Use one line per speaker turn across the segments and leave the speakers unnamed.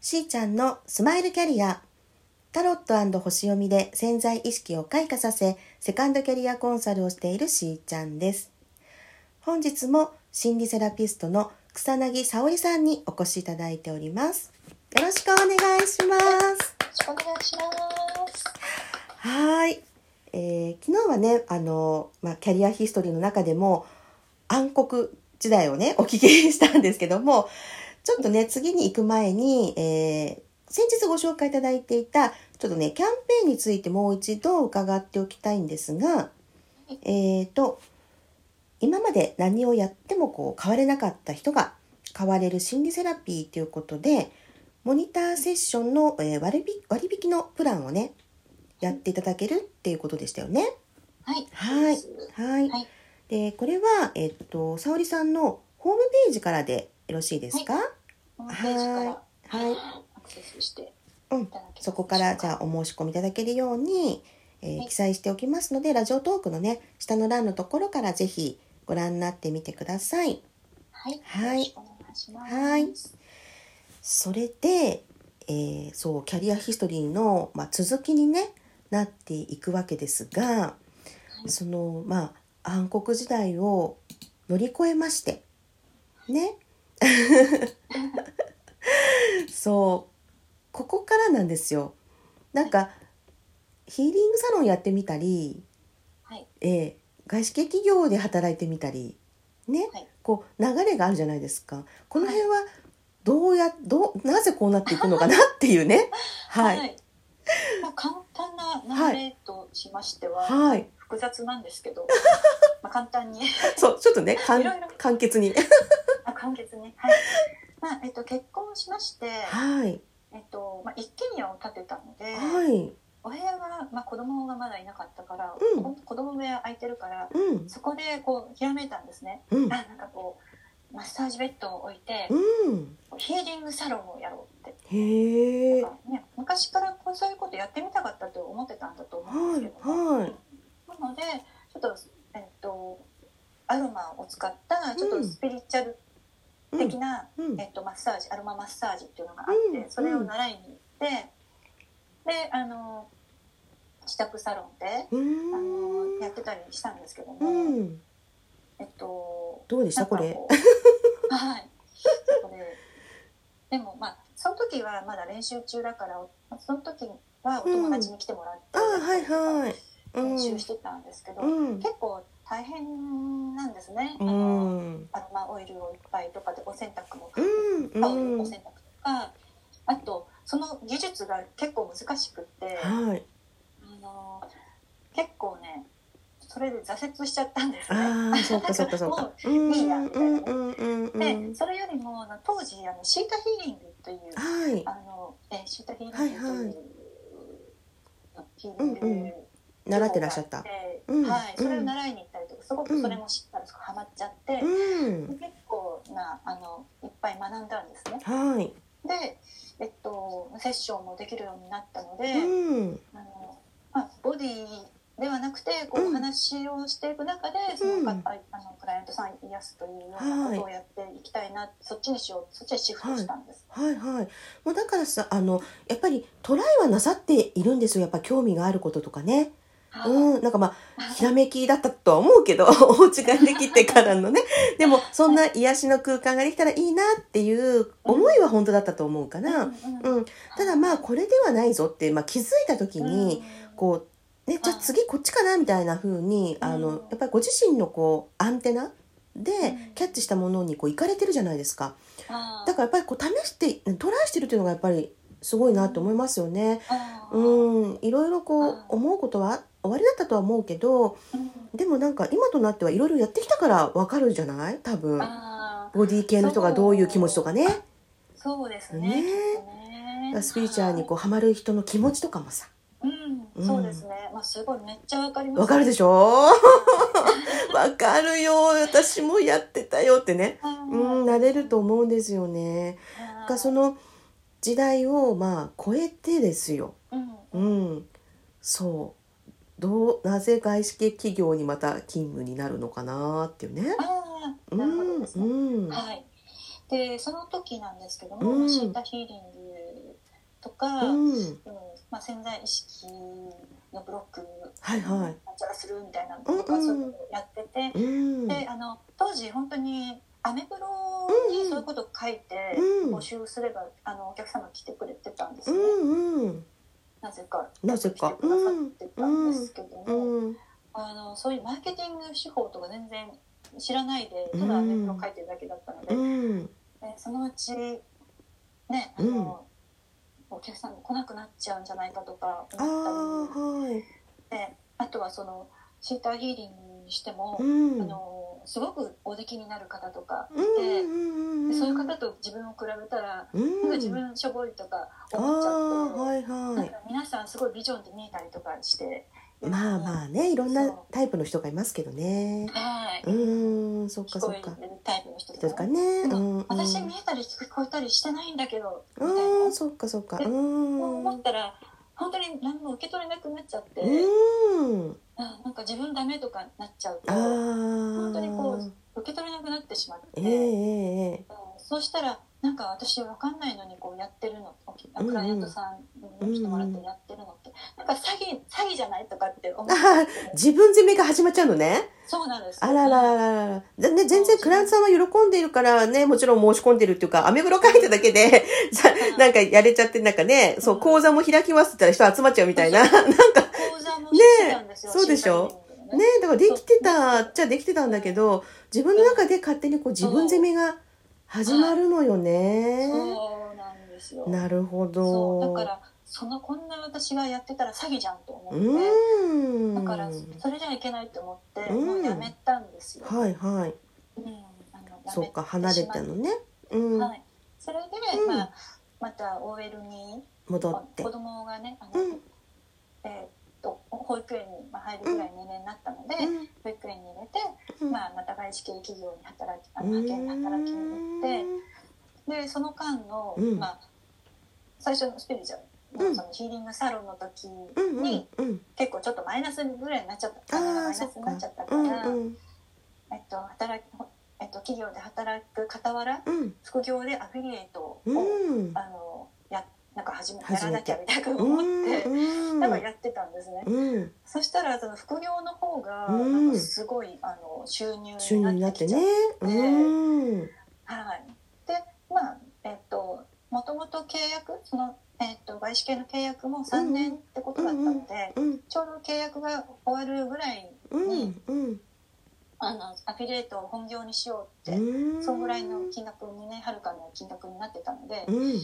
しーちゃんのスマイルキャリア。タロット星読みで潜在意識を開花させ、セカンドキャリアコンサルをしているしーちゃんです。本日も心理セラピストの草薙沙織さんにお越しいただいております。よろしくお願いします。
よろしくお願いします。
はい。えー昨日はね、あの、まあ、キャリアヒストリーの中でも暗黒時代をね、お 聞きしたんですけども、ちょっとね、次に行く前に、えー先日ご紹介いただいていた、ちょっとね、キャンペーンについてもう一度伺っておきたいんですが、えっ、と、今まで何をやってもこう変われなかった人が変われる心理セラピーということで、モニターセッションの、えー割引割引のプランをね、やっていただけるっていうことでしたよね。
はい。
はいはい。
はい
で、これは、えっと、沙織さんのホームページからでよろしいですか、
ホームページから。
はいはい
アクセスして。
うん。そこから、じゃあ、お申し込みいただけるように、えー
はい
記載しておきますので、ラジオトークのね、下の欄のところからぜひご覧になってみてください。
はい。
はい
よろしくお願いします。
はいそれで、えーそう、キャリアヒストリーの、まあ、続きにね、なっていくわけですが、
い
その、まあ、暗黒時代を乗り越えまして、ね。 そう、ここからなんですよ。なんか、ヒーリングサロンやってみたり、
はい。
えー外資系企業で働いてみたり、ね。
はい。
こう流れがあるじゃないですかこの辺はどうやどうなぜこうなっていくのかなっていう ねはいはい、。
まあ、簡単な流れとしましては、複雑なんですけ ど、まあ、簡単に、
そうちょっとねかん
いろいろ
簡潔に
まあ簡潔に。はい。まあ、えっと、結婚しまして、
はい
えっと、まあ、一軒家を建てたので、
はい
お部屋が、まあ、子供がまだいなかったから、
うん
こ子供部屋空いてるから、
うん
そこでこう、ひらめいたんですね。
うん
あなんかこうマッサージベッドを置いて
うん
ヒーリングサロンをやろうって、
へえ
なんかね、昔からこうそういうことやってみたかったと思ってたんだと思うん
は
で
い
すけども、
はい
なのでちょっと,、えっとアロマを使ったちょっ
うん
とスピリチュアル
うん
的な、
うん
えっと、マッサージアロママッサージっていうのがあって、
うん
それを習いに行ってであの自宅サロンで。
う
あの
ん
やってたりしたんですけども、
うん
えっと
どうでしたこれ
うはいこれでもまあその時はまだ練習中だからその時はお友達に来てもらって、
あはいはいうん
練習してたんですけど、
うん
結構大変なんですね、
う
あの
ん
アロマオイルをいっぱいとかでお洗濯も、
うん
タオル
う
お
ん
洗濯とかあとその技術が結構難しくって、
はい
あの結構ねそれで挫折しちゃったんですね。
ああそっかそっかそっ
も
か
う
うん
いいや
う
み
ん
たいな
うんうんう
で、
ん
それよりもあの当時あのシータヒーリングという
はい
あのえーシータヒーリングという、
はいはい
ヒーリング
うんうん習ってらっしゃった
方があて
うん
はい、それを
うん
習いに行ったりとかすごくそれも知ったらすごくハマっちゃって、
うん
結構なあのいっぱい学んだんですね。
はい
で、えっとセッションもできるようになったので、
うん
あのまあボディではなくてこ
う
うんお話をしていく中で、そ
うん
のかああのクライアントさんに癒すというようなことをやっていきたいな、そっちにしようそっちにシフトしたんです。
はいはい。もうだからさ、あの、やっぱりトライはなさっているんですよ。やっぱ興味があることとかね。うん。なんかまあ、ひらめきだったとは思うけど、 お家ができてからのね。でも、そんな癒しの空間ができたらいいなっていう思いは本当だったと思うか
うんう
ら。
ん
うん。ただまあ、これではないぞって、まあ気づいた時に、
うん
こう、ね、じゃあ次こっちかなみたいな風に、あ
うん
の、やっぱりご自身のこう、アンテナで
ん
キャッチしたものにこう、行かれてるじゃないですか。
あー
だからやっぱりこう試してトライしてるっていうのがやっぱりすごいなと思いますよね。
あー
うん、いろいろこ
う
うん思うことは終わりだったとは思うけど、
うん
でもなんか今となってはいろいろやってきたからわかるじゃない多分。
あー
ボディ系の人がどういう気持ちとかね。
そうです
ね
ねきっとね
スピリチュアルにこうハマる人の気持ちとかもさ。
うん、そうですね、まあ、すごいめっちゃわかります
わかるで
し
しょ わかるよ。私もやってたよってね。
ょ、
うん、なれると思うんですよね。
あー
がその時代をまあ超えてですよ。
うん
うん、そう。どう、なぜ外資系企業にまた勤務になるのかなっていうね。
あ
う
あなるほど
ん、
ですね
うん、
はい、でその時なんですけど
うん
も、シータヒーリングとか、うん
うん。
まあ、潜在意識のブロック
はいはい。
なんちゃらするみたいなのとか、
うんうん
そういうのをやってて、
うん。
であの当時本当にアメブロ
うんうん
にそういうこと書いて
うん
募集すれば、あのお客様来てくれてたんです
う
ね、
んうん。
なぜか
なぜか
来てくださってたんですけども、
うん。
あのそういうマーケティング手法とか全然知らないでただアメブロ書いてるだけだったので、
うん。
えそのうちねあの、お客さん来なくなっちゃうんじゃないかとか
ああ、
思った
はい。
りであとはそのシーターヒーリングにしても、
うん。
あのすごくおできになる方とかい
うん
て、
うんうん。
でそういう方と自分を比べたら、
うん。
なんか自分しょぼいとか
あ
思っちゃって
あ、。はいは
なん
い。
か皆さんすごいビジョンで見えたりとかして
まあまあね、いろんな
そう
タイプの人がいますけどね。
はい、
うーん、そっか
聞
そ
こ
っ
え
か。
るタイプの人
で
と
すか
か
ね。
で
う
も
ん。うん
私見えたり聞こえたりしてないんだけどみたいな
うーん、そっかそっか。う
で
ーん。
思
う
ったら本当に何も受け取れなくなっちゃって、
ーん。
あなんか自分ダメとかなっちゃう
ああ。
と本当にこう
う。
受け取れなくなってしまって、
えええええ
うんそうしたらなんか私分かんないのにこうやってるのおき
うんうん
クライアントさんに来てもらってやってるのって、なんか詐欺詐欺じゃないとかって思っちゃっ
え
て
自分責めが始まっちゃうのね。
そうなんです
あらららららら。でね、全然クライアントさんは喜んでいるからね、もちろん申し込んでいるっていうか、アメブロ書いただけ で、さ なんかやれちゃって、なんかね、そう、講座も開きますって言ったら人集まっちゃうみたいな。なんか、
講座もしてたんですよ、
ねえそうでしょ
ね
ね、だからできてたっちゃできてたんだけど、自分の中で勝手にこう自分責めが始まるのよね。
そうなんですよ
なるほど。
そうだからそのこんな私がやってたら詐欺じゃんと思
う
って、
ーん。
だからそれじゃいけないと思って、
うん
もうやめたんですよ。
はいはい。
うんあのやめ
そうか、離れたのね。う
し
ん
まっ。はい。それで、
うん
まあまた OL に
戻
子
って。
供がねあ
う
の、
ん。
えーっと保育園にまあ入るぐらい年齢になったので、
うん
保育園に入れて、
うん
まあまた外資系企業に働きあの派遣に働きに行って。でその間の、
うん
まあ最初のスピリチュアル
う
の、
ん
そのヒーリングサロンの時に、
うんうんうん。
結構ちょっとマイナスぐらいになっちゃった
あ
マイ
あ
ナ
ー、
ス
そっ
になっちゃ
か
った。か
う
ら、
んうん
えっと働きえっと企業で働く傍ら
うん
副業でアフィリエイトを、
うん。
あのやなんか始めや
始
ら
め
な
て
きゃみたいな
う
思
ん
って、
うん
なんかやってたんですね。
うん。
そしたらその副業の方が
うん
なんかすごいあの収入
収入に
にな
なっ
っ
てて
きちゃ
ね
って、。
うん。
はい。でまあえっともともと契約そのえっと外資系の契約も3年ってことだったので、
うん
ちょうど契約が終わるぐらい
うんうん。
あのアフィリエイトを本業にしよう
う
って、
ん。
そんぐらいの金額2年はるかの金額になってたので、
うん。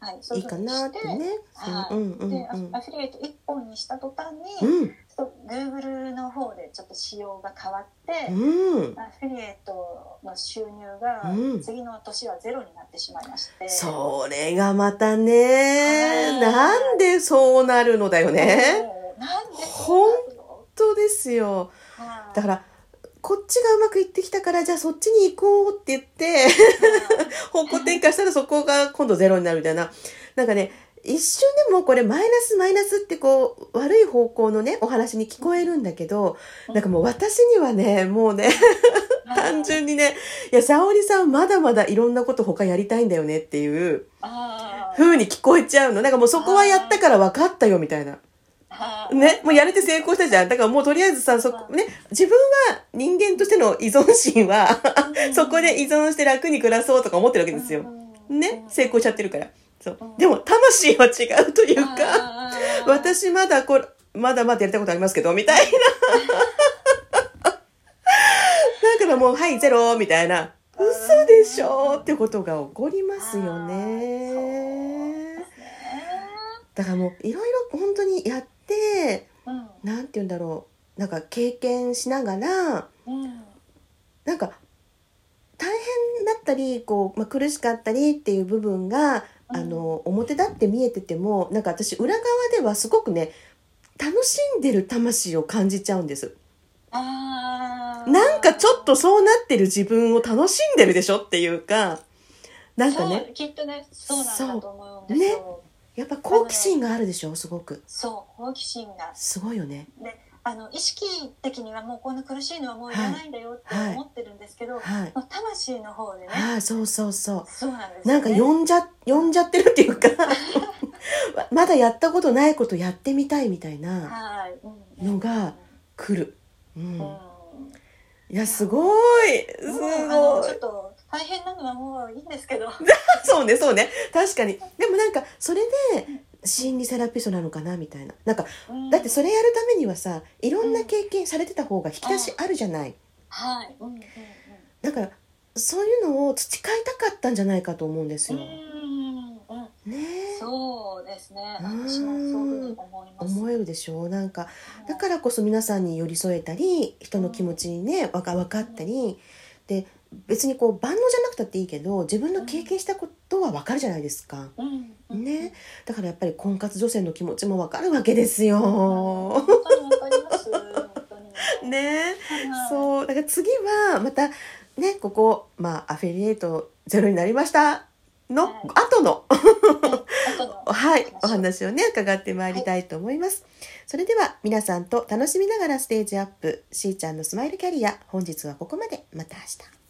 はい、そう
い
いう
い
ふ
か
うに
な
し
って
て
ね。
はい
うんうんう
でア
ん
ア。フィリエイト1本にした途端
う
に、
ん。
ちょっと Google の方でちょっと仕様が変わって、
うん。
アフィリエイトの収入が
うん
次の年はゼロになってしまいまして、
それがまたね、
はい
なんでそうなるのだよね。
もうなんで
ほん
ん
本当ですよ。だ
だ
から、こっちがうまくいってきたから、じゃあそっちに行こうって言って、 方向転換したらそこが今度ゼロになるみたいな。なんかね、一瞬でもこれマイナスマイナスってこう、悪い方向のね、お話に聞こえるんだけど、なんかもう私にはね、もうね、単純にね、いや、沙織さんまだまだいろんなこと他やりたいんだよねっていう風に聞こえちゃうの。なんかもうそこはやったから分かったよみたいな。ね、もうやれて成功したじゃん。だからもうとりあえずさ、そこ、ね、自分は人間としての依存心は、 そこで依存して楽に暮らそうとか思ってるわけですよ。ね、成功しちゃってるから。そう
うん。
でも、魂は違うというか、
か
私まだこれ、まだまだやりたいことありますけど、みたいな。 だからもう、はい、ゼロ、みたいな。嘘でしょってことが起こりますよね。だからもう、いろいろ本当にやって、なんて言うんだろう。なんか経験しながら、なんか大変だったりこう、まあ、苦しかったりっていう部分が、
うん
あの表だって見えててもなんか私裏側ではすごくね楽しんでる魂を感じちゃうんですなんかちょっとそうなってる自分を楽しんでるでしょっていうかなんかね
きっとねそうなんだと思う
そ
んで
う
すよ
やっぱ好奇心があるでしょすごく
そう好奇心が
すごいよね
あの意識的にはもうこんな苦しいのはもういらないんだよって
はい
思ってるんですけど、
はい
もう魂の方でね
はいそうそうそう
そうなんです
なん
よ
か
ね
呼んじゃ呼んじゃってるっていうか わまだやったことないことやってみたいみたいな
はい、うん
のが来る。うん、
うん
いやすごいす
もうあの
ご
ちょ
い
っと大変なのはもういいんですけど
そうねそうね確かにでもなんかそれで心理セラピストなのかなみたいななんかだってそ
れ
れやるためにはさいろんな経験されてた方が引き出しあるじゃない
はいうんうんうん
だからそういうのを培いたかったんじゃないかと思うんですよ。ね
うんうん
え
そうですね
うん
私もそういうふうに思います
思えるでしょうなんか
はい
だからこそ皆さんに寄り添えたり人の気持ちにねわか分かったりで別にこう万能じゃなくたっていいけど自分の経験したことは分かるじゃないですか。
うんうん
ね、だからやっぱり婚活女性の気持ちもわかるわけですよ
本。当にわかります本当 に
ね、
はい
そうだから次はまたねここまあアフィリエイトゼロになりましたの
はい
後の
あとの
はいお話をね伺ってまいりたいと思います。それでは皆さんと楽しみながらステージアップしーちゃんのスマイルキャリア本日はここまでまた明日。